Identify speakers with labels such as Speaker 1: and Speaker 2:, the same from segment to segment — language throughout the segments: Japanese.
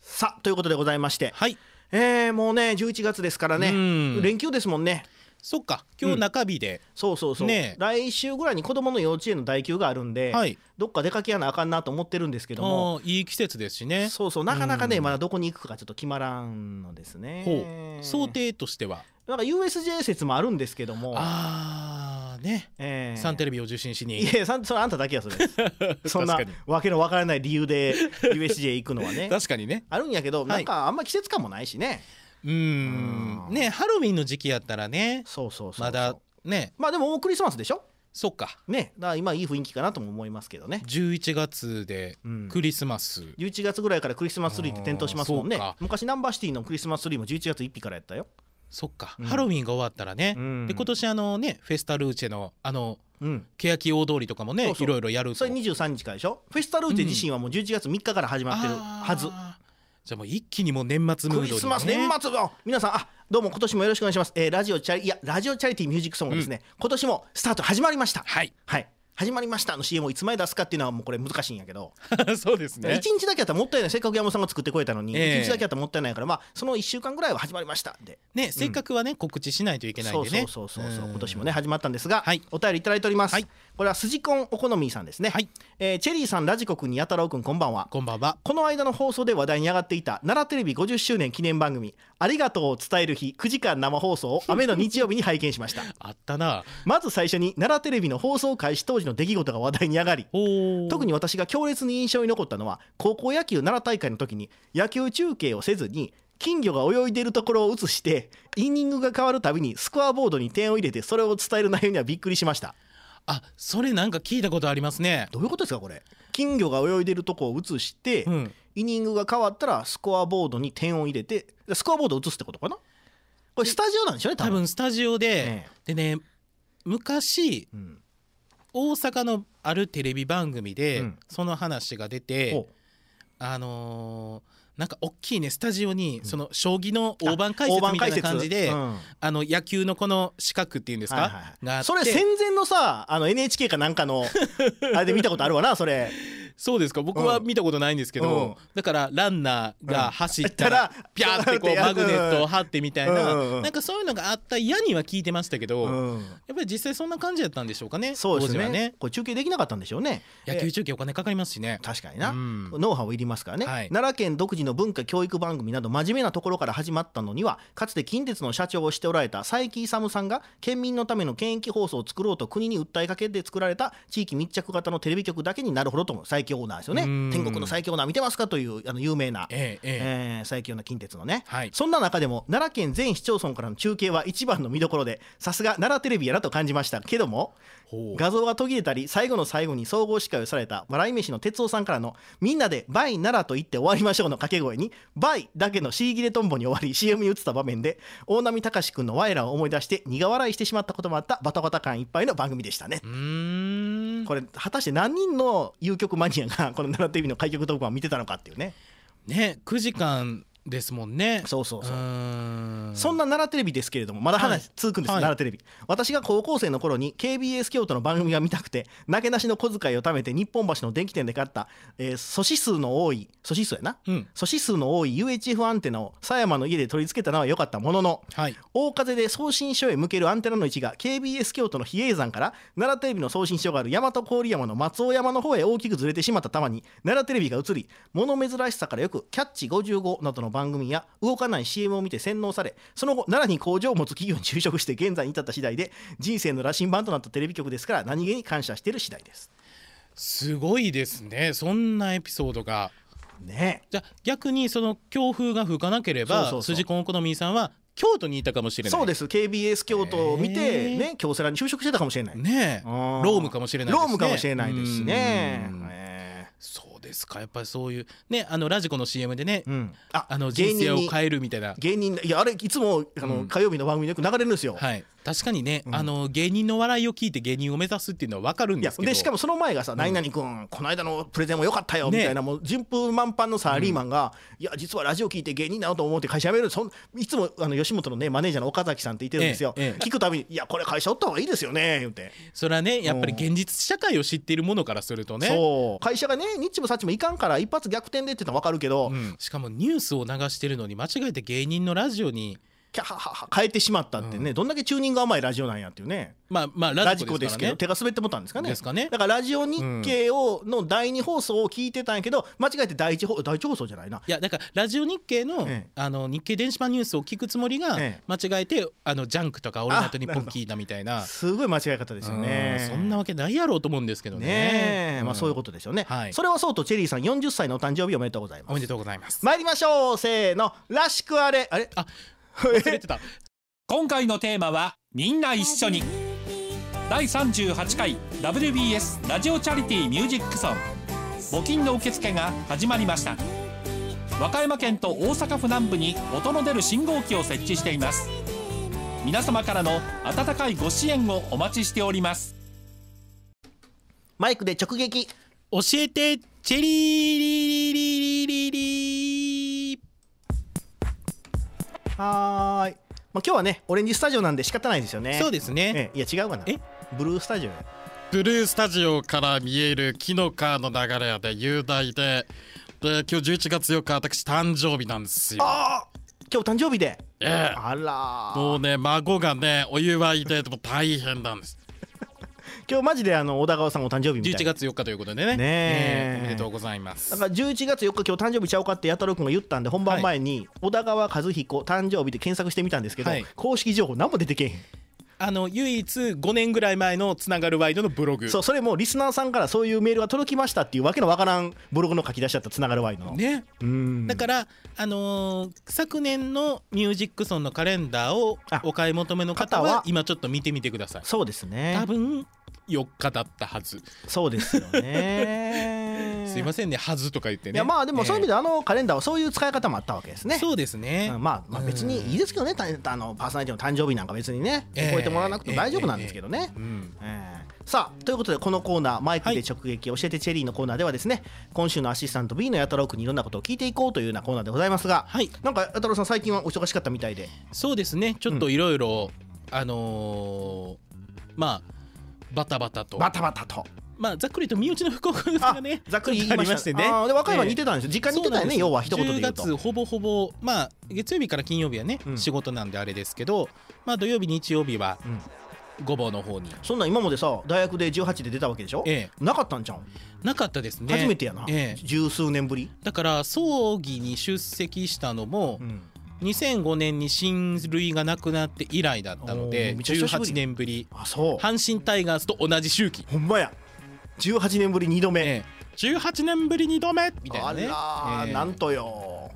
Speaker 1: さあということでございまして、
Speaker 2: はい
Speaker 1: えーもうね11月ですから
Speaker 2: う
Speaker 1: ね
Speaker 2: ん
Speaker 1: 連休ですもんね
Speaker 2: そっか今日中日で、
Speaker 1: そうそうそう、
Speaker 2: ねえ
Speaker 1: 来週ぐらいに子供の幼稚園の代休があるんで、
Speaker 2: はい
Speaker 1: どっか出かけやなあかんなと思ってるんですけども
Speaker 2: あーいい季節ですしね
Speaker 1: そうそうなかなかね、
Speaker 2: うん
Speaker 1: まだどこに行くかちょっと決まらんのですね
Speaker 2: ほう想定としては
Speaker 1: なんか USJ 説もあるんですけども
Speaker 2: あーね
Speaker 1: えー
Speaker 2: サンテレビを受信し
Speaker 1: い
Speaker 2: に
Speaker 1: やさんそれあんただけ やそれそんな
Speaker 2: 確かに
Speaker 1: わけのわからない理由で USJ 行くのは ね
Speaker 2: 確かにね
Speaker 1: あるんやけど
Speaker 2: い
Speaker 1: なんかあんま季節感もないしね、
Speaker 2: うーんねハロウィンの時期やったらね
Speaker 1: そうそうそうそう
Speaker 2: まだね
Speaker 1: まあでももうクリスマスでしょ
Speaker 2: そっか
Speaker 1: ねだから今いい雰囲気かなとも思いますけどね
Speaker 2: 11月で
Speaker 1: うん
Speaker 2: クリスマス、
Speaker 1: 11月ぐらいからクリスマスツリーって点灯しますもんね
Speaker 2: あーそうか
Speaker 1: 昔ナンバーシティのクリスマスツリーも11月1日からやったよ
Speaker 2: そっか、
Speaker 1: うん
Speaker 2: ハロウィンが終わったらね、
Speaker 1: うん
Speaker 2: で今年あのねフェスタルーチェのあの
Speaker 1: うん
Speaker 2: 欅大通りとかもね
Speaker 1: そうそう
Speaker 2: いろいろやると
Speaker 1: それ23日からでしょフェスタルーチェ自身はもう11月3日から始まってるはず、
Speaker 2: あーじゃあもう一気にもう年末
Speaker 1: ク
Speaker 2: ムードに、ね、
Speaker 1: リスマス、年末の皆さんあどうも今年もよろしくお願いします、えーラジオチャリいやラジオチャリティーミュージックソングですね、今年もスタート始まりました
Speaker 2: はい
Speaker 1: はい始まりましたの CM をいつまで出すかっていうのはもうこれ難しいんやけど
Speaker 2: そうです
Speaker 1: 一、
Speaker 2: ね
Speaker 1: 日だけやったらもったいないせっかく山本さんが作ってくれたのに一、
Speaker 2: ええ
Speaker 1: 日だけやったらもったいないからまあその1週間ぐらいは始まりましたで
Speaker 2: ねせっかくはね、告知しないといけない
Speaker 1: そ
Speaker 2: ん
Speaker 1: う
Speaker 2: でね
Speaker 1: そうそうそうそう、
Speaker 2: ん
Speaker 1: 今年もね始まったんですが、
Speaker 2: はい
Speaker 1: お便りいただいております、
Speaker 2: はい
Speaker 1: これはスジコンお好みさんですね、
Speaker 2: はい
Speaker 1: えーチェリーさんラジコ君にやたろう君こんばんは
Speaker 2: こんばんは
Speaker 1: この間の放送で話題に上がっていた奈良テレビ50周年記念番組「ありがとうを伝える日」9時間生放送を雨の日曜日に拝見しました
Speaker 2: あったな
Speaker 1: まず最初に奈良テレビの放送開始当時の出来事が話題に上がり
Speaker 2: お
Speaker 1: 特
Speaker 2: に
Speaker 1: に私が強烈に印象に残ったのは高校野球奈良大会の時に野球中継をせずに金魚が泳いでいるところを映してイニングが変わるたびにスコアボードに点を入れてそれを伝える内容にはびっくりしました
Speaker 2: あそれなんか聞いたことありますね
Speaker 1: どういうことですかこれ金魚が泳いでいるとこを映して、
Speaker 2: うん
Speaker 1: イニングが変わったらスコアボードに点を入れてスコアボードを映すってことかなこれスタジオなんでしょうね多
Speaker 2: 多
Speaker 1: 分
Speaker 2: 分スタジオで
Speaker 1: え、
Speaker 2: でね昔
Speaker 1: うん
Speaker 2: 大阪のあるテレビ番組で、
Speaker 1: うん
Speaker 2: その話が出て、
Speaker 1: ほう
Speaker 2: あのーなんか大きいねスタジオにその将棋の大盤解説みたいな感じで、
Speaker 1: 大盤解
Speaker 2: あの野球のこの四角っていうんです
Speaker 1: 説は
Speaker 2: か、
Speaker 1: いはい
Speaker 2: が
Speaker 1: はい
Speaker 2: あって
Speaker 1: それ戦前のさあの NHK かなんか のあれで見たことあるわなそれ
Speaker 2: そうですか僕は見たことないんですけど、
Speaker 1: うん
Speaker 2: だからランナーが走った
Speaker 1: うん
Speaker 2: ら
Speaker 1: 行ったら
Speaker 2: ピャーってこ
Speaker 1: ピ
Speaker 2: う
Speaker 1: ャー
Speaker 2: マ
Speaker 1: って
Speaker 2: グ
Speaker 1: やる
Speaker 2: ネットを貼ってみたいな、
Speaker 1: うんうん
Speaker 2: なんかそういうのがあった嫌には聞いてましたけど、やっ
Speaker 1: うん
Speaker 2: ぱり実際そんな感じだったんでしょうかね
Speaker 1: そうです
Speaker 2: 当時は
Speaker 1: ね
Speaker 2: ね
Speaker 1: これ中継できなかったんでしょうね
Speaker 2: 野
Speaker 1: え
Speaker 2: 球
Speaker 1: ー
Speaker 2: 中継お金かかりますしね。
Speaker 1: 確かにな、
Speaker 2: うん
Speaker 1: ノウハウいりますからね、
Speaker 2: はい
Speaker 1: 奈良県独自の文化教育番組など真面目なところから始まったのにはかつて近鉄の社長をしておられた佐伯勇さんが県民のための県域放送を作ろうと国に訴えかけて作られた地域密着型のテレビ局だけになるほどとも最強オーナーですよね
Speaker 2: うん
Speaker 1: 天国の最強オーナー見てますかというあの有名な、え
Speaker 2: ええええ
Speaker 1: ー最強な近鉄のね、
Speaker 2: はい
Speaker 1: そんな中でも奈良県全市町村からの中継は一番の見どころでさすが奈良テレビやなと感じましたけども
Speaker 2: ほう
Speaker 1: 画像が途切れたり最後の最後に総合司会をされた笑い飯の哲夫さんからの「みんなでバイ奈良と言って終わりましょう」の掛け声に「バイ」だけのシーギレトンボに終わり CM に映った場面で大波隆君の「我ら」を思い出して苦笑いしてしまったこともあったバタバタ感いっぱいの番組でしたね
Speaker 2: う。ーん
Speaker 1: これ果たして何人の有曲マニアがこの奈良テレビの開局特番を見てたのかっていうね
Speaker 2: ね9時間ですもんね
Speaker 1: そうそうそう
Speaker 2: うーん
Speaker 1: そんな奈良テレビですけれどもまだ話続くんです、
Speaker 2: はい
Speaker 1: 奈良テレビ私が高校生の頃に KBS 京都の番組が見たくてなけなしの小遣いを貯めて日本橋の電気店で買った、えー、素子数の多い素子数やな、
Speaker 2: うん
Speaker 1: 素子数の多い UHF アンテナを狭山の家で取り付けたのは良かったものの
Speaker 2: はい
Speaker 1: 大風で送信所へ向けるアンテナの位置が KBS 京都の比叡山から奈良テレビの送信所がある大和郡山の松尾山の方へ大きくずれてしまったたまに奈良テレビが映り物珍しさからよく「キャッチ55」などの番組や動かない CM を見て洗脳されその後奈良に工場を持つ企業に就職して現在に至った次第で人生の羅針盤となったテレビ局ですから何気に感謝している次第です。
Speaker 2: すごいですねそんなエピソードが
Speaker 1: ねえ
Speaker 2: じゃあ逆にその強風が吹かなけ
Speaker 1: そ
Speaker 2: れ
Speaker 1: うそうそ
Speaker 2: ば
Speaker 1: う
Speaker 2: 筋子お好みさんは京都にいたかもしれない
Speaker 1: そうです KBS 京都を見
Speaker 2: へ
Speaker 1: て
Speaker 2: え
Speaker 1: ね京セラに就職してたかもしれない。
Speaker 2: ねえ
Speaker 1: うん
Speaker 2: ロームかもしれないですね
Speaker 1: ロームかもしれないですしね
Speaker 2: う。ん
Speaker 1: ええ
Speaker 2: そうですかやっぱりそういうねあのラジコの CM でね、
Speaker 1: うん、あ
Speaker 2: あの人生
Speaker 1: 芸
Speaker 2: を
Speaker 1: 人に
Speaker 2: 変えるみたいな
Speaker 1: 芸人いやあれいつもあの、
Speaker 2: うん
Speaker 1: 火曜日の番組でよく流れるんですよ、
Speaker 2: はい確かにね、あの芸人の笑いを聞いて芸人を目指すっていうのは分かるん
Speaker 1: い
Speaker 2: で
Speaker 1: や
Speaker 2: すけど
Speaker 1: でしかもその前がさ「何々君この間のプレゼンも良かったよ」みたいな、もう順風満帆のサラリーマンが「いや実はラジオ聞いて芸人だなと思って会社辞めるそんいつもあの吉本のねマネージャーの岡崎さんって言ってるんですよ、
Speaker 2: ええええ
Speaker 1: 聞くたびに「いやこれ会社おった方がいいですよね」言って、
Speaker 2: それはねやっぱり現実社会を知っているものからするとね
Speaker 1: そう会社がねニッチもさっちもいかんから一発逆転でって言ったら分かるけど、
Speaker 2: うんしかもニュースを流してるのに間違えて芸人のラジオに
Speaker 1: キャハハハ変えてしまったってね、どんだけチューニング甘いラジオなんやっていうね
Speaker 2: まあまあ
Speaker 1: ラ
Speaker 2: ラ
Speaker 1: ジ
Speaker 2: ジ
Speaker 1: コ
Speaker 2: コ
Speaker 1: で
Speaker 2: ですす
Speaker 1: け
Speaker 2: か
Speaker 1: ど、
Speaker 2: らね
Speaker 1: 手が滑ってもったんですかね
Speaker 2: ですかね
Speaker 1: だからラジオ日経をの第二放送を聞いてたんやけど間違えて第一放第一放送じゃないない
Speaker 2: やだからラジオ日経の,、
Speaker 1: ええ
Speaker 2: あの日経電子版ニュースを聞くつもりが、
Speaker 1: ええ
Speaker 2: 間違えてあのジャンクとか「オールナイトニッポン」聞いたみたいな
Speaker 1: すごい間違い方ですよね
Speaker 2: うんそんなわけないやろうと思うんですけどね
Speaker 1: ねえ、まあそういう
Speaker 2: こ
Speaker 1: ことでしょうね、
Speaker 2: はい
Speaker 1: それはそうとチェリーさん40歳のお誕生日おめでとうござい
Speaker 2: お
Speaker 1: ま
Speaker 2: め
Speaker 1: す
Speaker 2: でとうございます
Speaker 1: 参りましょうせーのらしくあれあれ
Speaker 2: あ
Speaker 1: え
Speaker 2: 忘れてた
Speaker 3: 今回のテーマはみんな一緒に第38回 WBS ラジオチャリティーミュージックソン募金の受付が始まりました和歌山県と大阪府南部に音の出る信号機を設置しています皆様からの温かいご支援をお待ちしております
Speaker 1: マイクで直撃
Speaker 2: 教えてチェリーリリリリリリ
Speaker 1: はーい、まあ、今日はねオレンジスタジオなんで仕方ないですよね
Speaker 2: そうですね
Speaker 1: ええいや違うかな
Speaker 2: え
Speaker 1: ブルースタジオや
Speaker 4: ブルースタジオから見える木の川の流れで雄大でで今日11月4日私誕生日なんですよ。
Speaker 1: あー今日誕生日で
Speaker 4: え
Speaker 1: あら
Speaker 4: え、
Speaker 1: ー
Speaker 4: もうね孫がねお祝いででも大変なんです。
Speaker 1: 今日マジであの小田川さんお誕生日みたい
Speaker 4: 11月4日ということでね
Speaker 1: ねえ
Speaker 4: えおめでとうございます
Speaker 1: だ。から11月4日今日誕生日ちゃうかってやたろうくんが言ったんで本番前に小田川和彦誕生日で検索してみたんですけど、
Speaker 2: はい
Speaker 1: 公式情報何も出てけえへん
Speaker 2: あの唯一5年ぐらい前のつながるワイドのブログ
Speaker 1: そうそれもリスナーさんからそういうメールが届きましたっていうわけのわからんブログの書き出しだったつながるワイドの、
Speaker 2: ね
Speaker 1: うん
Speaker 2: だから、あのー昨年のミュージックソンのカレンダーを
Speaker 1: あ
Speaker 2: お買い求めの方
Speaker 1: 方は
Speaker 2: は今ちょっと見てみてください
Speaker 1: そうですね
Speaker 2: 多分4日だったはず
Speaker 1: そうですよね
Speaker 2: すいませんねはずとか言ってね
Speaker 1: いやまあでもそういう意味
Speaker 2: だ
Speaker 1: であのカレンダーはそういう使い方もあったわけですね
Speaker 2: そうですね
Speaker 1: うんまあ、まあ別にいいですけどね、たあのパーソナリティの誕生日なんか別にね
Speaker 2: ええ
Speaker 1: 覚えてもらわなくても大丈夫なんですけどね、
Speaker 2: うん
Speaker 1: えーさあということでこのコーナーマイクで直撃、教えてチェリーのコーナーではですね今週のアシスタント B のやたろうくんにいろんなことを聞いていこうというようなコーナーでございますが、
Speaker 2: はい
Speaker 1: なんかやたろうさん最近はお忙しかったみたいで
Speaker 2: そうですねちょっといろいろあのーまあバタバタと
Speaker 1: バタバタと
Speaker 2: まあざっくりと身内の不幸がね
Speaker 1: ざっくり
Speaker 2: ち
Speaker 1: 言い
Speaker 2: ょっとあ
Speaker 1: ま
Speaker 2: りま
Speaker 1: し
Speaker 2: したてね
Speaker 1: あーで和歌山
Speaker 2: ええ
Speaker 1: 似てたんですよ、実家似てたよね要は一言で言うと
Speaker 2: 10月ほぼほぼまあ月曜日から金曜日はね、
Speaker 1: うん
Speaker 2: 仕事なんであれですけど、まあ、土曜日日曜日は
Speaker 1: うん
Speaker 2: ごぼうの方に、
Speaker 1: そんなん今までさ大学で18で出たわけでしょ、
Speaker 2: え
Speaker 1: なかったんじゃん、
Speaker 2: え、なかったですね
Speaker 1: 初めてやな、
Speaker 2: ええ
Speaker 1: 十数年ぶり、
Speaker 2: だから葬儀に出席したのも
Speaker 1: うん
Speaker 2: 2005年に親類が亡くなって以来だったの
Speaker 1: おー
Speaker 2: で
Speaker 1: めっちゃ久しぶり
Speaker 2: 18年ぶり
Speaker 1: あそう
Speaker 2: 阪神タイガースと同じ周期、
Speaker 1: ほんまや18年ぶり2度目、
Speaker 2: ええ、18年ぶり2度目みたいなね
Speaker 1: あらー、
Speaker 2: ええ
Speaker 1: なんとよ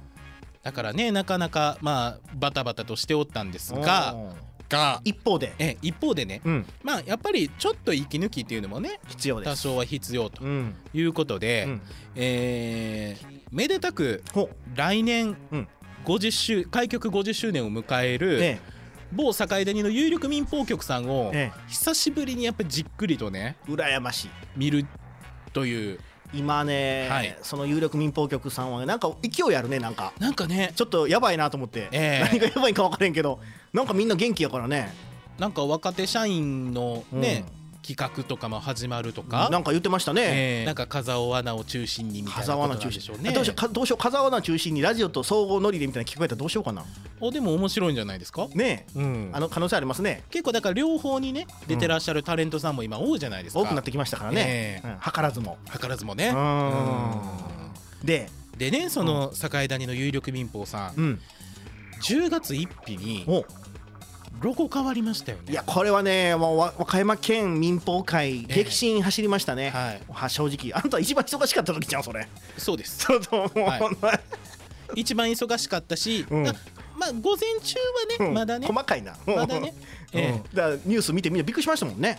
Speaker 2: だからねなかなかまあバタバタとしておったんです
Speaker 1: う
Speaker 2: が、
Speaker 1: ん
Speaker 4: が
Speaker 1: 一方で、
Speaker 2: ええ、一方でね
Speaker 1: うん、
Speaker 2: まあやっぱりちょっと息抜きっていうのもね
Speaker 1: 必要です
Speaker 2: 多少は必要と
Speaker 1: うん
Speaker 2: いうことで、
Speaker 1: うん、
Speaker 2: えーめでたく
Speaker 1: ほ
Speaker 2: 来年
Speaker 1: うん
Speaker 2: 50周開局50周年を迎え
Speaker 1: え
Speaker 2: る、
Speaker 1: え
Speaker 2: 某境谷の有力民放局さんを、
Speaker 1: え
Speaker 2: 久しぶりにやっぱりじっくりとね
Speaker 1: え羨ましい
Speaker 2: 見るという
Speaker 1: 今ね、
Speaker 2: はい
Speaker 1: その有力民放局さんはなんか勢いあるねなんか
Speaker 2: なんかね
Speaker 1: ちょっとやばいなと思って、
Speaker 2: ええ
Speaker 1: 何がやばいんか分からへんけどなんかみんな元気やからね
Speaker 2: なんか若手社員のね、
Speaker 1: う
Speaker 2: 企画とかも始まるとか。
Speaker 1: なんか言ってましたね、
Speaker 2: えーなんか風尾アナを中心にみたい
Speaker 1: 風
Speaker 2: なこと
Speaker 1: 穴
Speaker 2: な
Speaker 1: 中
Speaker 2: んでしょう
Speaker 1: 心
Speaker 2: ね。
Speaker 1: どうしようかどうしよう風穴中心にラジオと総合ノリでみたいな聞こえたらどうしようかな
Speaker 2: おでも面白いんじゃないですか。
Speaker 1: ねえ、
Speaker 2: うん
Speaker 1: あの可能性ありますね
Speaker 2: 結構だから両方にね出てらっしゃるタレントさんも今多いじゃないですか
Speaker 1: 多くなってきましたからね、
Speaker 2: え
Speaker 1: うん図らずも
Speaker 2: 図らずもね
Speaker 1: うーんで、
Speaker 2: うんでねその境谷の有力民放さん
Speaker 1: うん、
Speaker 2: 10月1日に
Speaker 1: お
Speaker 2: ロゴ変わりましたよね
Speaker 1: いやこれはねもうわ和歌山県民放会
Speaker 2: ええ
Speaker 1: 激震走りましたね、
Speaker 2: はい
Speaker 1: は正直あんた一番忙しかった時じゃんそれ
Speaker 2: そうです
Speaker 1: ちょっともう、
Speaker 2: はい一番忙しかったし、
Speaker 1: うん
Speaker 2: あまあ午前中はね、
Speaker 1: うん
Speaker 2: まだね
Speaker 1: 細かいな
Speaker 2: まだね、
Speaker 1: うん
Speaker 2: ええ
Speaker 1: だからニュース見てみんなびっくりしましたもんね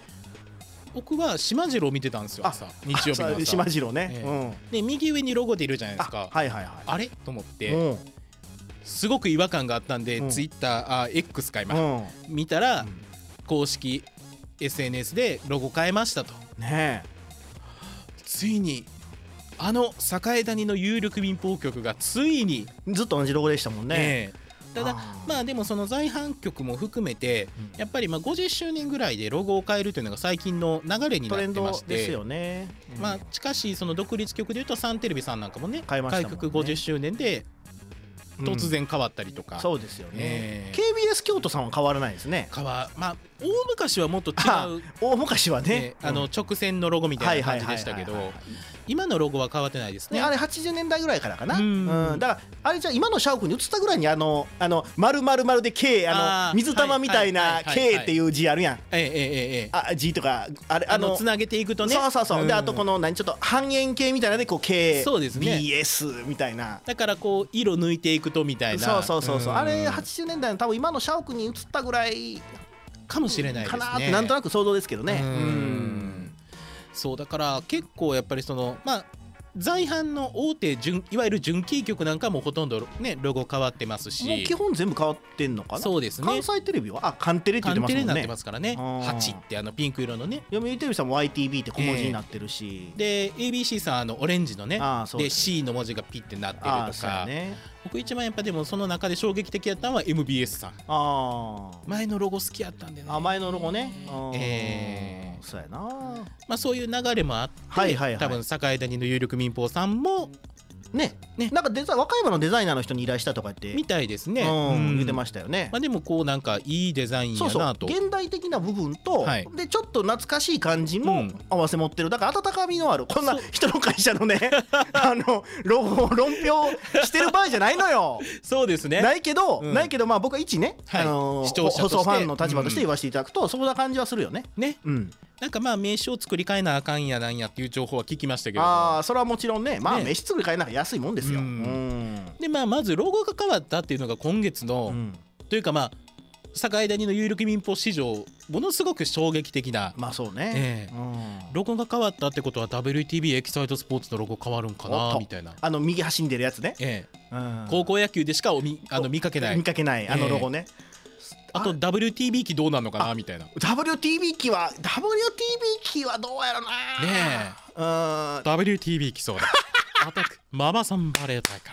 Speaker 2: 僕は島次郎を見てたんですよ
Speaker 1: あ
Speaker 2: 朝日曜日の
Speaker 1: あ
Speaker 2: 朝
Speaker 1: 島次郎ね、
Speaker 2: ええ
Speaker 1: うん
Speaker 2: で右上にロゴでいるじゃないです
Speaker 1: あ
Speaker 2: かあ,、
Speaker 1: はいはいは
Speaker 2: れと思っ
Speaker 1: い
Speaker 2: て、
Speaker 1: うん
Speaker 2: すごく違和感があったんで、
Speaker 1: うん
Speaker 2: ツイッターあ X か今、
Speaker 1: うん
Speaker 2: 見たら、公式 SNS でロゴ変えましたと
Speaker 1: ね
Speaker 2: ついにあの栄谷の有力民放局がついに、
Speaker 1: えずっと同じロゴでしたもんね、
Speaker 2: ええただ
Speaker 1: あー
Speaker 2: まあでもその在阪局も含めて
Speaker 1: うん
Speaker 2: やっぱりまあ50周年ぐらいでロゴを変えるというのが最近の流れにな
Speaker 1: トレ
Speaker 2: っ
Speaker 1: ン
Speaker 2: てま
Speaker 1: ド
Speaker 2: し
Speaker 1: です
Speaker 2: て
Speaker 1: よね、うん
Speaker 2: まあ近しいその独立局でいうとサンテレビさんなんかもね
Speaker 1: 変えました
Speaker 2: 開
Speaker 1: もんね
Speaker 2: 局50周年で
Speaker 1: うん
Speaker 2: 突然変わったりとか。
Speaker 1: そうですよね、
Speaker 2: ええ
Speaker 1: KBS 京都さんは変わらないですね
Speaker 2: かはまあ大昔はもっと違 う、
Speaker 1: 大昔はね
Speaker 2: ねあの直線のロゴみたいな感じでした
Speaker 1: は
Speaker 2: け
Speaker 1: いはい
Speaker 2: ど
Speaker 1: はいはいはい
Speaker 2: 今のロゴは変わってないですね
Speaker 1: ね、あれ80年代ぐらいからかな、う
Speaker 2: うんん
Speaker 1: だからあれじゃあ今のシャオ君に移ったぐらいにあの「あの丸々丸で K」あ
Speaker 2: あ
Speaker 1: の
Speaker 2: ー
Speaker 1: 水玉みたい
Speaker 2: は
Speaker 1: ない「
Speaker 2: はいはいはい
Speaker 1: K」っていう字あるやん
Speaker 2: ええええええ
Speaker 1: あ字とかあれ
Speaker 2: あ
Speaker 1: あの
Speaker 2: のつなげていくとね
Speaker 1: そうそうそう、で
Speaker 2: ん
Speaker 1: あとこの何ちょっと半円形みたいなのでこう K
Speaker 2: そうですね
Speaker 1: BS みたいな。
Speaker 2: だからこう色抜いていくとみたいな
Speaker 1: そうそうそうそう、
Speaker 2: ん
Speaker 1: あれ80年代の多分今のシャオ君に移ったぐらい
Speaker 2: かもしれないで
Speaker 1: か
Speaker 2: すね
Speaker 1: なってなんとなく想像ですけどね。
Speaker 2: うんそうだから結構やっぱりそのまあ在阪の大手準いわゆる純キー局なんかもほとんどねロゴ変わってますし
Speaker 1: もう基本全部変わってんのかな。
Speaker 2: そうですね
Speaker 1: 関西テレビはあカンテレって
Speaker 2: カ
Speaker 1: 言ってま
Speaker 2: ン
Speaker 1: す
Speaker 2: テ
Speaker 1: も
Speaker 2: レに
Speaker 1: ん
Speaker 2: なっ
Speaker 1: ね
Speaker 2: て。ますからね
Speaker 1: うん
Speaker 2: 8ってあのピンク色のね
Speaker 1: 読売テレビさんも YTB って小文字になってるし。
Speaker 2: で ABC さんあのオレンジのね
Speaker 1: ああそう
Speaker 2: で C の文字がピッてなってると
Speaker 1: ああそうや
Speaker 2: か、
Speaker 1: ね。
Speaker 2: 僕一番やっぱでもその中で衝撃的やったのは MBS さん
Speaker 1: ああ。
Speaker 2: 前のロゴ好きやったんでね
Speaker 1: あ前のロゴね。うん
Speaker 2: ええ
Speaker 1: そうやな。
Speaker 2: まあ、そういう流れもあって、
Speaker 1: はいはいはい
Speaker 2: 多分堺谷の有力民放さんも
Speaker 1: ね。
Speaker 2: ね
Speaker 1: なんかデザイン和歌山のデザイナーの人に依頼したとか言って。
Speaker 2: みたいですね、
Speaker 1: うん、言ってま
Speaker 2: し
Speaker 1: したよね。
Speaker 2: まあ、でもこうなんかいいデザインや
Speaker 1: そうそう
Speaker 2: なと
Speaker 1: 現代的な部分と、
Speaker 2: はい
Speaker 1: でちょっと懐かしい感じ
Speaker 2: う
Speaker 1: も
Speaker 2: ん
Speaker 1: 合わせ持ってるだから温かみのあるこんな人の会社の ねあのロゴを論評してる場合じゃないのよ。
Speaker 2: そうですね
Speaker 1: ないけど、
Speaker 2: うん
Speaker 1: ないけどまあ僕は一ね、
Speaker 2: はい
Speaker 1: あのー
Speaker 2: 視聴者
Speaker 1: ほ
Speaker 2: として
Speaker 1: 放送ファンの立場として言わせていただくと、そんな感じはするよね。
Speaker 2: ね
Speaker 1: うん、
Speaker 2: なんかまあ名刺を作り変えなあかんやなんやっていう情報は聞きましたけれど
Speaker 1: あ
Speaker 2: も
Speaker 1: あそれはもちろんねまあ
Speaker 2: ね
Speaker 1: 飯作り買えなら安いもんですよ。う
Speaker 2: うん
Speaker 1: ん
Speaker 2: でまあまずロゴが変わったっていうのが今月の、
Speaker 1: うん
Speaker 2: というかまあ堺谷の有力民放史上ものすごく衝撃的な
Speaker 1: まあそうね。
Speaker 2: ええ
Speaker 1: うん
Speaker 2: ロゴが変わったってことは WTB エキサイトスポーツのロゴ変わるんか
Speaker 1: おっ
Speaker 2: な
Speaker 1: と
Speaker 2: みたいな、
Speaker 1: あの右端に出るやつね、
Speaker 2: ええ、
Speaker 1: うん
Speaker 2: 高校野球でしかおみあの見かけない
Speaker 1: 見かけないあのロゴね、
Speaker 2: あと WTB 機どうなんのかなみたいなね
Speaker 1: WTB 機は WTB 機はどうやろな
Speaker 2: え
Speaker 1: うーん
Speaker 2: WTB 来そうだアタックママさんバレー大会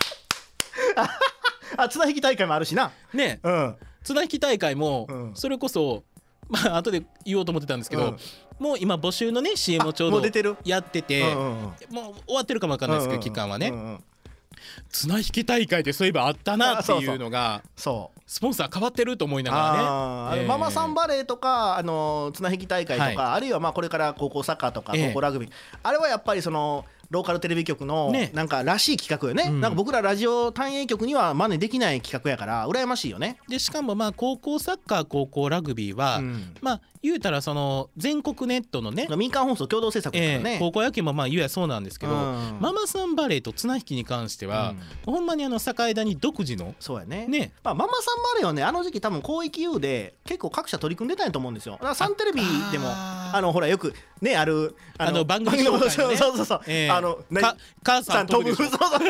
Speaker 1: あ綱引き大会もあるしな
Speaker 2: ねえ
Speaker 1: うん
Speaker 2: 綱引き大会も
Speaker 1: うん
Speaker 2: それこそまあ後で言おうと思ってたんですけど、
Speaker 1: うん
Speaker 2: もう今募集のね CM をちょう
Speaker 1: あもう出てる
Speaker 2: どやってて
Speaker 1: うんうんうん
Speaker 2: もう終わってるかもわかんないですけど期間はね、
Speaker 1: うんうん
Speaker 2: 綱引き大会ってそういえばあったなっていうのが
Speaker 1: そう
Speaker 2: スポンサー変わってると思いなが
Speaker 1: あー
Speaker 2: らね、ええ
Speaker 1: ママさんバレーとか、あの綱引き大会とか、
Speaker 2: はい
Speaker 1: あるいはまあこれから高校サッカーとか、
Speaker 2: ええ
Speaker 1: 高校ラグビー、あれはやっぱりそのローカルテレビ局の
Speaker 2: ね
Speaker 1: なんからしい企画よね、
Speaker 2: うん
Speaker 1: なんか僕らラジオ単営局には真似できない企画やから、羨ましいよね。
Speaker 2: でしかもまあ高校サッカー高校ラグビーは、
Speaker 1: うん
Speaker 2: まあ言うたらその全国ネットのね、
Speaker 1: 民間放送共同制作ですから
Speaker 2: え
Speaker 1: ね。
Speaker 2: ー高校野球もまあ言うやそうなんですけど、
Speaker 1: うん
Speaker 2: ママさんバレーと綱引きに関しては、ほんまにあの堺田に独自の
Speaker 1: そうやね
Speaker 2: ね
Speaker 1: まあ、ママさんバレーはねあの時期多分広域 U で結構各社取り組んでたんやと思うんですよだからサンテレビでもあ
Speaker 2: あ
Speaker 1: のほらよくねある
Speaker 2: あの番組紹介の ね
Speaker 1: そうそうそう、
Speaker 2: えー
Speaker 1: あの何
Speaker 2: か母
Speaker 1: さ
Speaker 2: さ
Speaker 1: ん
Speaker 2: ん
Speaker 1: 飛
Speaker 2: 飛
Speaker 1: ぶ
Speaker 2: ぶでしょ
Speaker 1: そうそう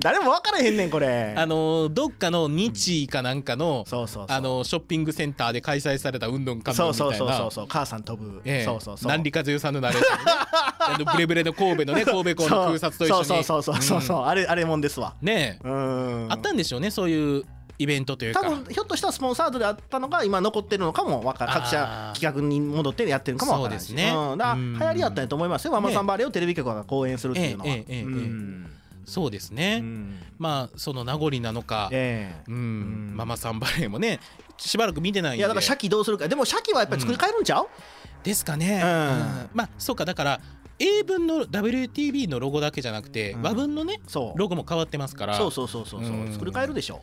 Speaker 1: 誰も分からへんねんこれ
Speaker 2: あのーどっかの日位かなんかの、
Speaker 1: そうそうそう
Speaker 2: あのーショッピングセンターで開催された運動会みたいな
Speaker 1: そうそうそうそうそう母さん飛ぶ、
Speaker 2: ええ
Speaker 1: そうそうそう
Speaker 2: 南理和代さんのナレーショ ンねあのブレブレの神戸のね神戸港の空撮と一緒に
Speaker 1: そうそうそうそうそうそう、あれあれもんですわ
Speaker 2: うんね
Speaker 1: う
Speaker 2: え
Speaker 1: ん
Speaker 2: あったんでしょうねそういうイベントというか
Speaker 1: 多分ひょっとしたらスポンサードであったのが今残ってるのかもわか
Speaker 2: あー
Speaker 1: 各社企画に戻ってやってるかもわからないし
Speaker 2: そうですね
Speaker 1: うん、だから
Speaker 2: うん
Speaker 1: 流行りやったんやと思いますよ、ママさんバレーをテレビ局が公演するっていうのは。
Speaker 2: ええええええ
Speaker 1: うん
Speaker 2: そうですね、
Speaker 1: うん
Speaker 2: まあその名残なのか、
Speaker 1: ええ
Speaker 2: うん
Speaker 1: ん
Speaker 2: ママさんバレーもねしばらく見てないんで
Speaker 1: いやだから鮭どうするかでも鮭はやっぱり作り変えるんちゃう、
Speaker 2: ですかね、
Speaker 1: うん
Speaker 2: うんまあそうかだから英文の WTB のロゴだけじゃなくて、
Speaker 1: うん
Speaker 2: 和文のね
Speaker 1: そう
Speaker 2: ロゴも変わってますから
Speaker 1: そうそうそうそうそう
Speaker 2: うん
Speaker 1: 作り変えるでしょ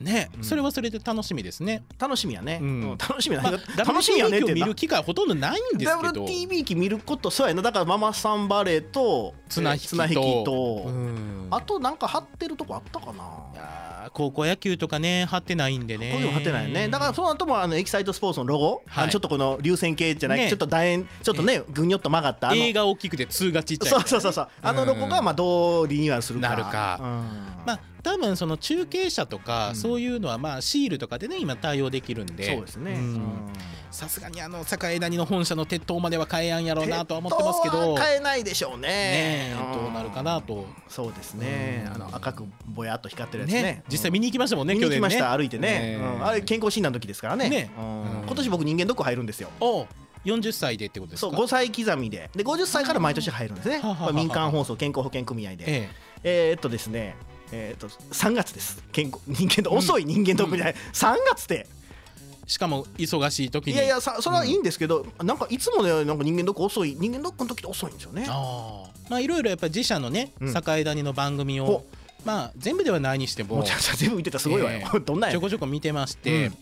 Speaker 2: ね、
Speaker 1: うん
Speaker 2: それはそれで楽しみですね、
Speaker 1: 楽しみやね、う
Speaker 2: うんん
Speaker 1: 楽しみや
Speaker 2: まあ
Speaker 1: ね、楽しみやねっ
Speaker 2: WTB
Speaker 1: て
Speaker 2: を見
Speaker 1: な
Speaker 2: る機会ほとんどないんですけど
Speaker 1: WTV 機見ることそうやなだからママさんバレーと
Speaker 2: 綱引きと
Speaker 1: 綱引きと
Speaker 2: うん
Speaker 1: あとなんか貼ってるとこあったかない
Speaker 2: やー高校野球とかね貼ってないんでね
Speaker 1: こういうの貼ってないよね。だからその後もあのエキサイトスポーツのロゴ、
Speaker 2: はい
Speaker 1: あのちょっとこの流線形じゃない、
Speaker 2: ね
Speaker 1: ちょっと楕円、ちょっとね、ぐにょっと曲がったあの。
Speaker 2: 映画大きくて通がちっちゃい
Speaker 1: そうそうそうそう、あのロゴがまあどうリニューアルするか。
Speaker 2: なるか
Speaker 1: うん
Speaker 2: まあ多分その中継車とか、
Speaker 1: うん
Speaker 2: そういうのはまあシールとかでね今対応できるん
Speaker 1: そう
Speaker 2: で
Speaker 1: ですね、
Speaker 4: うん
Speaker 1: うん
Speaker 2: さすがにあの栄谷の本社の鉄塔までは買えやんやろうなとは思ってますけ
Speaker 1: 鉄塔
Speaker 2: ど
Speaker 1: は買えないでしょうね
Speaker 2: ねえ
Speaker 1: ん
Speaker 2: どうなるかなと
Speaker 1: そうですね、
Speaker 2: うん
Speaker 1: あの赤くぼやっと光ってるやつね
Speaker 2: ね実際
Speaker 1: 見,、
Speaker 2: 見に行きましたもんね
Speaker 1: 見に
Speaker 2: 去
Speaker 1: 行き
Speaker 2: 年
Speaker 1: ました、
Speaker 2: ね
Speaker 1: 歩いてね、
Speaker 2: ね
Speaker 1: うんあれ健康診断の時ですからね
Speaker 2: ね
Speaker 1: うん
Speaker 2: うん
Speaker 1: 今年僕人間ドック入るんですよ
Speaker 2: お40歳でってことです
Speaker 1: そう
Speaker 2: か
Speaker 1: 5歳刻みでで50歳から毎年入るんですね
Speaker 2: はあはあはあ
Speaker 1: これ民間放送健康保険組合で
Speaker 2: え
Speaker 1: えーっとですねえーっと3月です健康人間ドック遅い人間ドックじゃない、3月って
Speaker 2: え、しかも忙しい時に
Speaker 1: いやいやさそれはいいんですけど、なんかいつもねなんか人間ドック遅い人間ドックの時って遅いんですよね
Speaker 2: あーまあいろいろやっぱ自社のね
Speaker 1: うん
Speaker 2: 栄谷の番組を、
Speaker 1: ほ
Speaker 2: まあ全部ではないにしても
Speaker 1: もうちゃんちゃん全部見てたらすごいわよ、
Speaker 2: えー
Speaker 1: どんなん
Speaker 2: ち
Speaker 1: や
Speaker 2: ょこちょこ見てまして、
Speaker 1: うん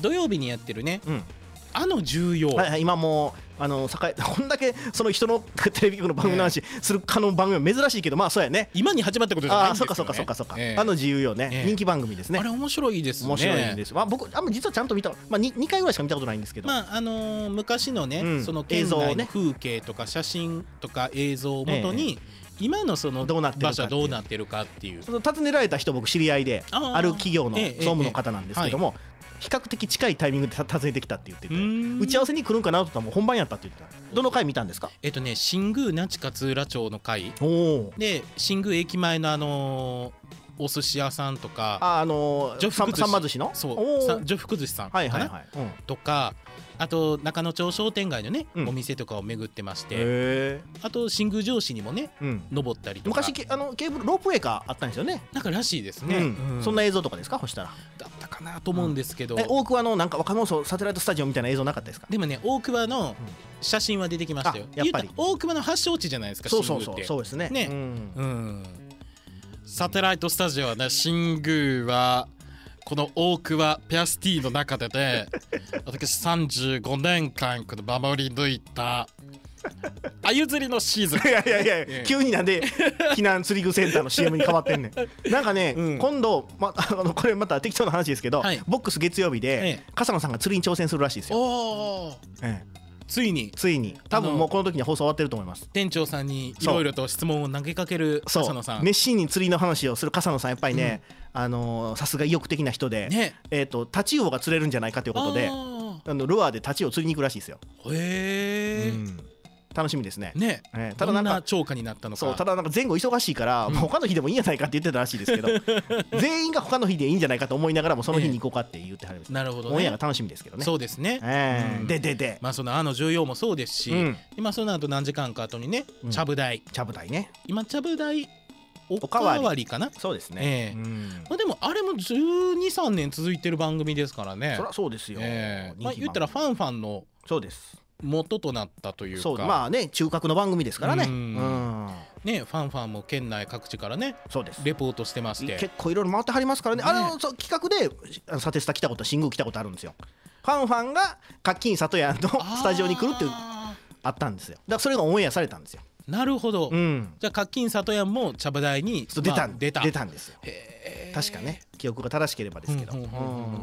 Speaker 2: 土曜日にやってるね
Speaker 1: うん
Speaker 2: 「あの重要」
Speaker 1: はいはい、今もうあの栄 こんだけその人のテレビ局の番組の話するかの番組は珍しいけどまあそうやね
Speaker 2: 今に始まったことじゃない
Speaker 1: あ
Speaker 2: ん
Speaker 1: あ
Speaker 2: で
Speaker 1: そ
Speaker 2: すよ、
Speaker 1: うか
Speaker 2: ね、
Speaker 1: そうかそうかそうか、
Speaker 2: ええ
Speaker 1: あの自由よね、
Speaker 2: ええ
Speaker 1: 人気番組ですね
Speaker 2: あれ面白いですね
Speaker 1: 面白いんです、まあ、僕あんま実はちゃんと見た、まあ、2, 回ぐらいしか見たことないんですけど、
Speaker 2: まああのー昔のね、
Speaker 1: うん
Speaker 2: その
Speaker 1: 映
Speaker 2: 県
Speaker 1: 像をね
Speaker 2: 内の風景とか写真とか映像をもとに、今のその
Speaker 1: どうなってるか
Speaker 2: 場
Speaker 1: って
Speaker 2: 所
Speaker 1: い
Speaker 2: は
Speaker 1: う
Speaker 2: どうなってるかっていう
Speaker 1: その尋ねられた人僕知り合いで
Speaker 2: あ
Speaker 1: あ
Speaker 2: ー
Speaker 1: る企業の
Speaker 2: ええええ
Speaker 1: 総務の方なんですけども、比較的近いタイミングでた訪ねてきたって言ってて
Speaker 2: うーん
Speaker 1: 打ち合わせに来るんかなと思ったらもう本番やったって言ってたどの回見たんですか
Speaker 2: えっとね新宮那智勝浦町の会
Speaker 1: おお
Speaker 2: で新宮駅前のあのーお寿司屋さんとか
Speaker 1: ああの
Speaker 2: ジョ
Speaker 1: ー、
Speaker 2: フ
Speaker 1: さん
Speaker 2: 福寿
Speaker 1: さ
Speaker 2: 司
Speaker 1: んま寿司の
Speaker 2: そ
Speaker 1: お
Speaker 2: う
Speaker 1: ー
Speaker 2: さ女福寿司さんか
Speaker 1: は
Speaker 2: な、
Speaker 1: いはいはい、うん、へ
Speaker 2: とかあと中野町商店街のね、
Speaker 1: うん
Speaker 2: お店とかを巡ってまして
Speaker 1: え
Speaker 2: あと新宮城市にもね
Speaker 1: うん
Speaker 2: 登ったりとか
Speaker 1: 昔けあのケーブルロープウェイがあったんですよね。
Speaker 2: なんからしいですね、
Speaker 1: うん
Speaker 2: うん
Speaker 1: そんな映像とかですか、そしたら。
Speaker 2: だったかなと思うんですけど、
Speaker 1: え、多くあのなんか若者層サテライトスタジオみたいな映像なかったですか。
Speaker 2: でもね大久保の写真は出てきましたよ
Speaker 1: あやっぱり
Speaker 2: 言うたら大久保の発祥地じゃないですか
Speaker 1: そうそうそ
Speaker 2: 新
Speaker 1: う、
Speaker 2: 宮って
Speaker 1: そうですね。
Speaker 2: ね
Speaker 1: うん
Speaker 2: うん
Speaker 4: サテライトスタジオはね、新宮は、この大はペアシティの中で ね、私35年間この守り抜いた、あゆ釣りのシーズン
Speaker 1: い。やいやいや、急になんで避難釣り具セ ンターの CM に変わってんねん。なんかね、
Speaker 2: うん
Speaker 1: 今度、まあのこれまた適当な話ですけど、
Speaker 2: はい
Speaker 1: ボックス月曜日で、
Speaker 2: え
Speaker 1: 笠野さんが釣りに挑戦するらしいですよ。
Speaker 2: おー
Speaker 1: え
Speaker 2: ついに
Speaker 1: えついに、多分もうこの時には放送終わってると思います。
Speaker 2: 店長さんにいろいろと質問を投げかける
Speaker 1: そ
Speaker 2: 笠
Speaker 1: う
Speaker 2: 野さん
Speaker 1: 熱心に釣りの話をする笠野さんやっぱりね、あのーさすが意欲的な人で、
Speaker 2: ね
Speaker 1: えー、とタチウオが釣れるんじゃないかということで
Speaker 2: あ
Speaker 1: あのルアーでタチウオ釣りに行くらしいですよ、
Speaker 2: ーへえ、
Speaker 1: 楽しみですね
Speaker 2: ね
Speaker 1: ええた
Speaker 2: た
Speaker 1: だな
Speaker 2: だなんん
Speaker 1: か
Speaker 2: な超過になったのか
Speaker 1: そうただなんか前後忙しいから、まあ他の日でもいいんじゃないかって言ってたらしいで すけど全員が他の日でいいんじゃないかと思いながらもその日に行こうかって言ってはりました、
Speaker 2: なるほど
Speaker 1: オンエア
Speaker 2: ね
Speaker 1: が楽しみですけどね
Speaker 2: そうですね、
Speaker 1: ええ
Speaker 2: うん
Speaker 1: ででで、
Speaker 2: まあその「あの重要」もそうですし、
Speaker 1: うん
Speaker 2: でまあその後何時間か後にね
Speaker 1: うん
Speaker 2: ちゃぶ台、
Speaker 1: ちゃぶ台ね
Speaker 2: 今ちゃぶ台お
Speaker 1: か
Speaker 2: か
Speaker 1: わり
Speaker 2: わりかな
Speaker 1: そうですね、
Speaker 2: ええ
Speaker 1: うん
Speaker 2: まあ、でもあれも1 2 3年続いてる番組ですからね
Speaker 1: そりゃそうですよ、
Speaker 2: え
Speaker 1: 人気番
Speaker 2: え
Speaker 1: 組
Speaker 2: まあ、言ったらファンファンの
Speaker 1: そうです
Speaker 2: 元となったというか
Speaker 1: そうまあね中核の番組ですからねう
Speaker 2: うんんね、ファンファンも県内各地からね
Speaker 1: そうです
Speaker 2: レポートしてまして
Speaker 1: 結構いろいろ回ってはりますからね、
Speaker 2: ね
Speaker 1: あのそう企画であのサテスタ来たこと、新宮来たことあるんですよ。ファンファンが課金里屋の
Speaker 2: あー
Speaker 1: スタジオに来るっていうあったんですよ。だからそれがオンエアされたんですよ。
Speaker 2: なるほど、
Speaker 1: うん、
Speaker 2: じゃあ課金里山も茶葉台に
Speaker 1: そう出たん、
Speaker 2: まあ
Speaker 1: 出
Speaker 2: 出
Speaker 1: た
Speaker 2: た
Speaker 1: 出たんですよ。
Speaker 2: へー
Speaker 1: 確かね、記憶が正しければですけど。
Speaker 2: うんうんうんうん
Speaker 1: うん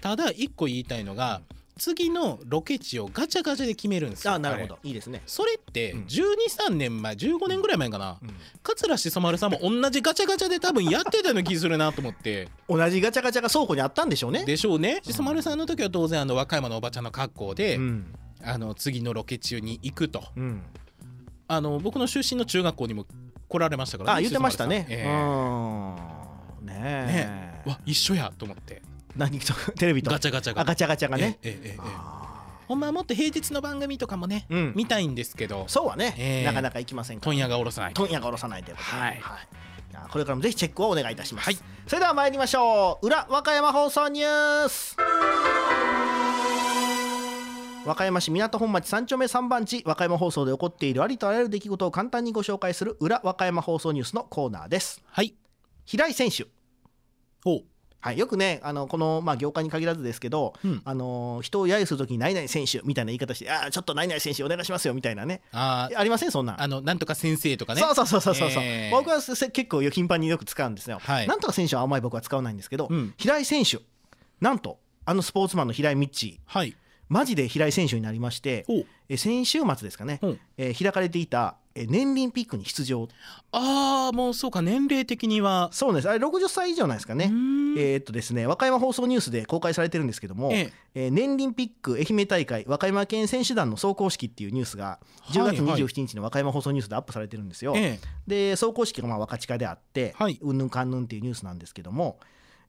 Speaker 2: ただ一個言いたいのが次のロケ地をガチャガチャで決めるんですよ
Speaker 1: あ、なるほ
Speaker 2: あ
Speaker 1: ど
Speaker 2: れ、
Speaker 1: いいですね。
Speaker 2: それって
Speaker 1: うん
Speaker 2: 123年前15年ぐらい前かな、
Speaker 1: うん
Speaker 2: 桂しそ丸さんも同じガチャガチャで多分やってたような気するなと思って
Speaker 1: 同じガチャガチャが倉庫にあったんでしょうね。
Speaker 2: でしょうねしそ丸さんの時は当然あの和歌山のおばちゃんの格好で、
Speaker 1: うん、
Speaker 2: あの次のロケ中に行くと
Speaker 1: うん、
Speaker 2: あの僕の出身の中学校にも来られましたから、
Speaker 1: あ、言ってましたね。
Speaker 2: しそ丸さん
Speaker 1: うん、ねえ
Speaker 2: ええねえわ一緒やと思って
Speaker 1: 何とテレビと
Speaker 2: ガチャガチャが
Speaker 1: あガチャガチャがね。
Speaker 2: ええええええ
Speaker 1: あー
Speaker 2: ほんまはもっと平日の番組とかもね、
Speaker 1: うん
Speaker 2: 見たいんですけど
Speaker 1: そうはね、
Speaker 2: ええ
Speaker 1: なかなか行きませんから
Speaker 2: 問屋が下ろさない
Speaker 1: 問屋が下ろさないということで、
Speaker 2: はい
Speaker 1: じゃあこれからもぜひチェックをお願いいたします、
Speaker 2: はい
Speaker 1: それでは参りましょう裏和歌山放送ニュース和歌山市港本町3丁目3番地和歌山放送で起こっているありとあらゆる出来事を簡単にご紹介する裏和歌山放送ニュースのコーナーです
Speaker 2: はい
Speaker 1: 平井選手
Speaker 2: おう
Speaker 1: はい、よくねあのこの、まあ、業界に限らずですけど、
Speaker 2: うん
Speaker 1: あの人を揶揄するときに「何々選手」みたいな言い方して「ああちょっと何々選手お願いしますよ」みたいなね
Speaker 2: あー
Speaker 1: ありませんそんなん
Speaker 2: あのなんとか先生とかね
Speaker 1: そうそうそうそうそうそう、
Speaker 2: えー
Speaker 1: 僕はせ結構頻繁によく使うんですよ、
Speaker 2: はい
Speaker 1: なんとか選手はあんまり僕は使わないんですけど、
Speaker 2: うん
Speaker 1: 平井選手なんとあのスポーツマンの平井ミッチー
Speaker 2: はい
Speaker 1: マジで平井選手になりまして
Speaker 2: おう
Speaker 1: え先週末ですかね、
Speaker 2: うん
Speaker 1: えー開かれていたえ年輪ピックに出場
Speaker 2: ああもうそうか年齢的には
Speaker 1: そうなんですあれ60歳以上なんですかね
Speaker 2: うーん
Speaker 1: えーっとですね和歌山放送ニュースで公開されてるんですけども、
Speaker 2: ええ
Speaker 1: えー年輪ピック愛媛大会和歌山県選手団の壮行式っていうニュースが10月
Speaker 2: はいはい
Speaker 1: 27日の和歌山放送ニュースでアップされてるんですよ。
Speaker 2: ええ
Speaker 1: で壮行式がまあ若近であって、
Speaker 2: はい
Speaker 1: うんぬんかんぬんっていうニュースなんですけども。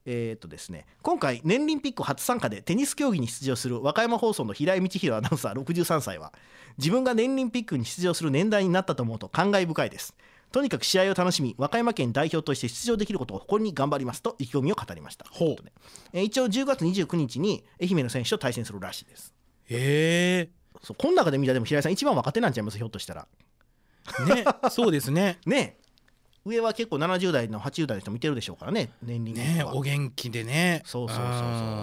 Speaker 1: えーっとですね、今回年輪ピック初参加でテニス競技に出場する和歌山放送の平井道弘アナウンサー63歳は自分が年輪ピックに出場する年代になったと思うと感慨深いですとにかく試合を楽しみ和歌山県代表として出場できることを誇りに頑張りますと意気込みを語りました
Speaker 2: ほう
Speaker 1: ということでえー一応10月29日に愛媛の選手と対戦するらしいです
Speaker 2: え
Speaker 1: そうこの中で見たらでも平井さん一番若手なんちゃいますひょっとしたら
Speaker 2: えね そうですね
Speaker 1: ねえ上は結構70代の80代の人見てるでしょうからね年輪
Speaker 2: ね
Speaker 1: は
Speaker 2: お元気でね
Speaker 1: そうそうそうそ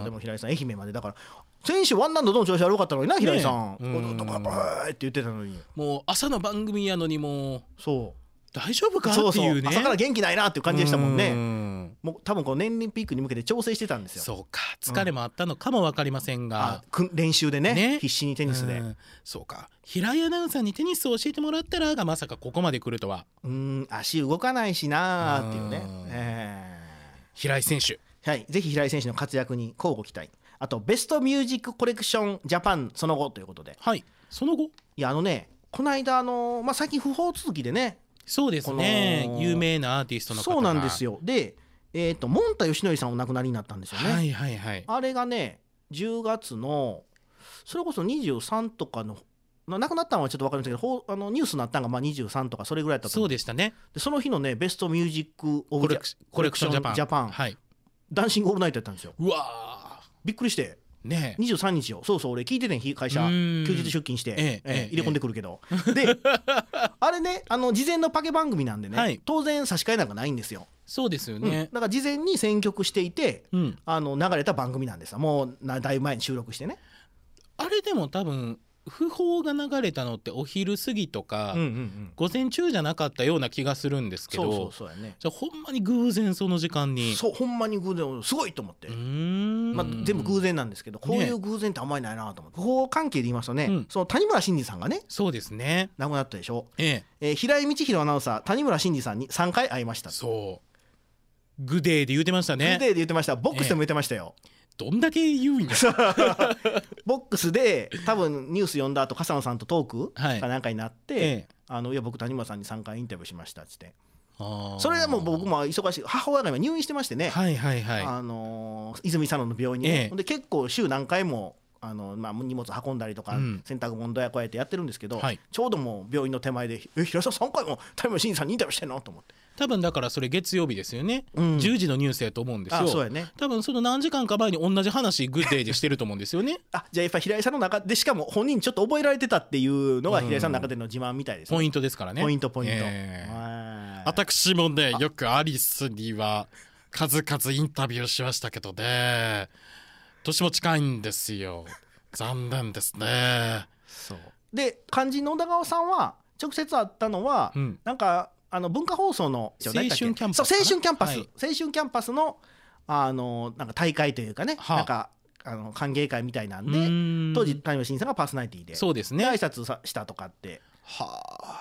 Speaker 1: うで
Speaker 2: も
Speaker 1: も平井さん愛媛までだから選手ワンランドどの調子悪かったのにな平井さん、
Speaker 2: ねえ
Speaker 1: こうとか
Speaker 2: うん
Speaker 1: バーって言ってたのに
Speaker 2: もう朝の番組やのにもう
Speaker 1: そ
Speaker 2: 大丈夫
Speaker 1: う
Speaker 2: か
Speaker 1: そう
Speaker 2: って
Speaker 1: そう
Speaker 2: いうね
Speaker 1: 朝から元気ないなっていう感じでしたもんね
Speaker 2: ね
Speaker 1: もう多分こう年輪ピークに向けて調整してたんですよ
Speaker 2: そうか疲れもあったのかも分かりません
Speaker 1: あ
Speaker 2: が
Speaker 1: く練習でね
Speaker 2: ね
Speaker 1: 必死にテ
Speaker 2: テ
Speaker 1: ニスでう
Speaker 2: そうか平井アナウンサーにテニスを教えてもらったらがまさかここまで来るとは
Speaker 1: ーん足動かないしなーっていうね
Speaker 2: うん
Speaker 1: え
Speaker 2: 平井選手
Speaker 1: ーはい、ぜひ平井選手の活躍に交互期待あとベストミュージックコレクションジャパンその後ということで
Speaker 2: はいその後
Speaker 1: いやあのねこの間あのーまあ最近不法続きでね
Speaker 2: そうですね
Speaker 1: この
Speaker 2: 有名なアーティストの方が
Speaker 1: そうなんですよでえっ、ともんたよしのりさんお亡くなりになったんですよね、
Speaker 2: はいはいはい
Speaker 1: あれがね10月のそれこそ23とかのな亡くなったのはちょっと分かりませんけどほうあのニュースになったのがまあ23とかそれぐらいだったと
Speaker 2: そ
Speaker 1: 思
Speaker 2: うでしたね
Speaker 1: でその日のねベストミュージックオ
Speaker 2: コ
Speaker 1: ブジ
Speaker 2: レ
Speaker 1: ャ
Speaker 2: クシコレクションジャパン
Speaker 1: ジャパン
Speaker 2: はい
Speaker 1: ダンシングオールナイトやったんですよ
Speaker 2: うわ
Speaker 1: びっくりして
Speaker 2: ーねえ
Speaker 1: 23日よそうそう俺聞いててん日会社
Speaker 2: う
Speaker 1: 休
Speaker 2: ーん
Speaker 1: 日出勤して、
Speaker 2: え
Speaker 1: え
Speaker 2: え
Speaker 1: え
Speaker 2: ええ
Speaker 1: 入れ込んでくるけど、で あれねあの事前のパケ番組なんでね、
Speaker 2: はい
Speaker 1: 当然差し替えなんかないんですよ、
Speaker 2: そうですよ
Speaker 1: うん
Speaker 2: ね
Speaker 1: だから事前に選曲していて
Speaker 2: うん
Speaker 1: あの流れた番組なんですよもうなだいぶ前に収録してね、
Speaker 2: あれでも多分訃報が流れたのってお昼過ぎとか、
Speaker 1: うんうんうん
Speaker 2: 午前中じゃなかったような気がするんですけど
Speaker 1: そうそうそうやね
Speaker 2: じゃあほんまに偶然その時間に
Speaker 1: そうほんまに偶然すごいと思って、
Speaker 2: うーん
Speaker 1: まあ、全部偶然なんですけどこういう偶然ってあんまりないなと思って不法関係で言いますとね、
Speaker 2: うん
Speaker 1: その谷村新司さんがね
Speaker 2: そうですね
Speaker 1: 亡くなったでしょ、
Speaker 2: ええ
Speaker 1: えー平井道弘アナウンサー谷村新司さんに3回会いました
Speaker 2: そうグデーで言うてました
Speaker 1: フルデー
Speaker 2: ね
Speaker 1: で言ってましたボックスでも言ってましたよ、
Speaker 2: どんだけ言うんや
Speaker 1: ボックスで多分ニュース読んだ後笠野さんとトーク
Speaker 2: はい
Speaker 1: かなんかになって、
Speaker 2: ええ
Speaker 1: あのいや僕谷村さんに3回インタビューしましたっつって
Speaker 2: あー
Speaker 1: それはもう僕も忙しい母親が今入院してましてね、
Speaker 2: はいはいは
Speaker 1: あのー泉佐野の病院にね、
Speaker 2: ええ
Speaker 1: ほんで結構週何回もあの、まあ、荷物運んだりとか、
Speaker 2: うん
Speaker 1: 洗濯物どうやこうやってやってるんですけど、
Speaker 2: はい
Speaker 1: ちょうどもう病院の手前で「え平井さん3回も谷村新司さんにインタビューしてんの?」と思って
Speaker 2: い多分だからそれ月曜日ですよね、
Speaker 1: うん
Speaker 2: 10時のニュースやと思うんです
Speaker 1: あそうや
Speaker 2: よ
Speaker 1: ね
Speaker 2: 多分その何時間か前に同じ話グデーでしてると思うんです よね
Speaker 1: あじゃあやっぱ平井さんの中でしかも本人ちょっと覚えられてたっていうのが平井さんの中での自慢みたいですね、
Speaker 2: ポイントですからね
Speaker 1: ポイントポイント、
Speaker 2: ええ
Speaker 1: はい
Speaker 4: 私もねよくアリスには数々インタビューしましたけどね年も近いんです よ残念ですね
Speaker 1: そうで肝心の小田川さんは直接会ったのは、
Speaker 2: うん
Speaker 1: なんかあの文化放送の
Speaker 2: 青春キャンパス
Speaker 1: そう青春キャンパス、
Speaker 2: はい
Speaker 1: 青春キャンパスのあのなんか大会というかね、
Speaker 2: はあ
Speaker 1: なんかあの歓迎会みたいなん
Speaker 2: う
Speaker 1: で
Speaker 2: ーん
Speaker 1: 当時谷村新司さんがパーソナリティで
Speaker 2: そうです
Speaker 1: で
Speaker 2: ね
Speaker 1: 挨拶さしたとかって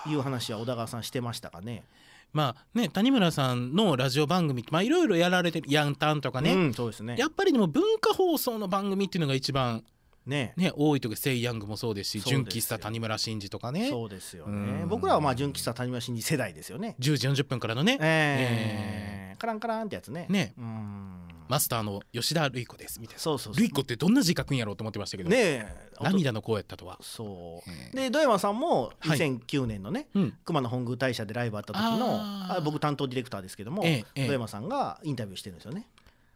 Speaker 1: いう話は小田川さんしてましたかね。
Speaker 2: まあね谷村さんのラジオ番組まあいろいろやられてるヤンタンとかね、
Speaker 1: うん、そうですね
Speaker 2: やっぱりでも文化放送の番組っていうのが一番
Speaker 1: ね
Speaker 2: ね多い時セイ・ヤングもそうですし
Speaker 1: そうですよ
Speaker 2: 純喫茶谷村新司とかね
Speaker 1: そうですよね
Speaker 2: うん
Speaker 1: 僕らはまあ純喫茶谷村新司世代ですよね。
Speaker 2: 10時40分からのね、
Speaker 1: えーカランカランってやつね。
Speaker 2: ね
Speaker 1: うん
Speaker 2: マスターの吉田瑠衣子ですみたい
Speaker 1: そうそう
Speaker 2: な
Speaker 1: そう
Speaker 2: 瑠衣子ってどんな字書くんやろうと思ってましたけど、
Speaker 1: ねえ
Speaker 2: 涙の声やったとは、
Speaker 1: そう、
Speaker 2: えー
Speaker 1: で土山さんも
Speaker 2: はい
Speaker 1: 2009年のね、
Speaker 2: うん
Speaker 1: 熊野本宮大社でライブあった時の
Speaker 2: あ
Speaker 1: あ
Speaker 2: ー
Speaker 1: 僕担当ディレクターですけども、
Speaker 2: ええええ
Speaker 1: 土山さんがインタビューしてるんですよね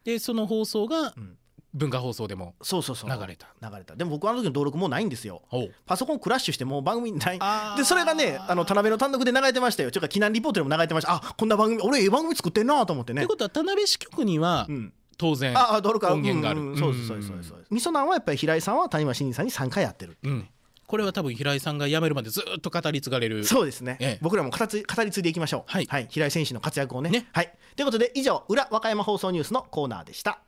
Speaker 2: でその放送が
Speaker 1: うん
Speaker 2: 文化放送でも、
Speaker 1: そうそうそう
Speaker 2: 流れた
Speaker 1: 流れたでも僕あの時の登録もうないんですよ
Speaker 2: おう
Speaker 1: パソコンクラッシュしてもう番組ない
Speaker 2: あー
Speaker 1: でそれがねあの田辺の単独で流れてましたよちょっと避難リポートでも流れてましたあこんな番組俺ええ番組作ってんなと思って
Speaker 2: っ
Speaker 1: ね
Speaker 2: てことは田辺支局には
Speaker 1: うん、
Speaker 2: 当然、
Speaker 1: ああ登録ある
Speaker 2: 音源がある
Speaker 1: うんうんそうですそうですそうですそうですみそなんはやっぱり平井さんは谷間新司さんに3回やってる
Speaker 2: うんこれは多分平井さんが辞めるまでずっと語り継がれる
Speaker 1: そうですね、
Speaker 2: ええ
Speaker 1: 僕らも語つ語り継いでいきましょう、
Speaker 2: はい
Speaker 1: 平井選手の活躍をね
Speaker 2: ね
Speaker 1: はい、ということで以上裏和歌山放送ニュースのコーナーでした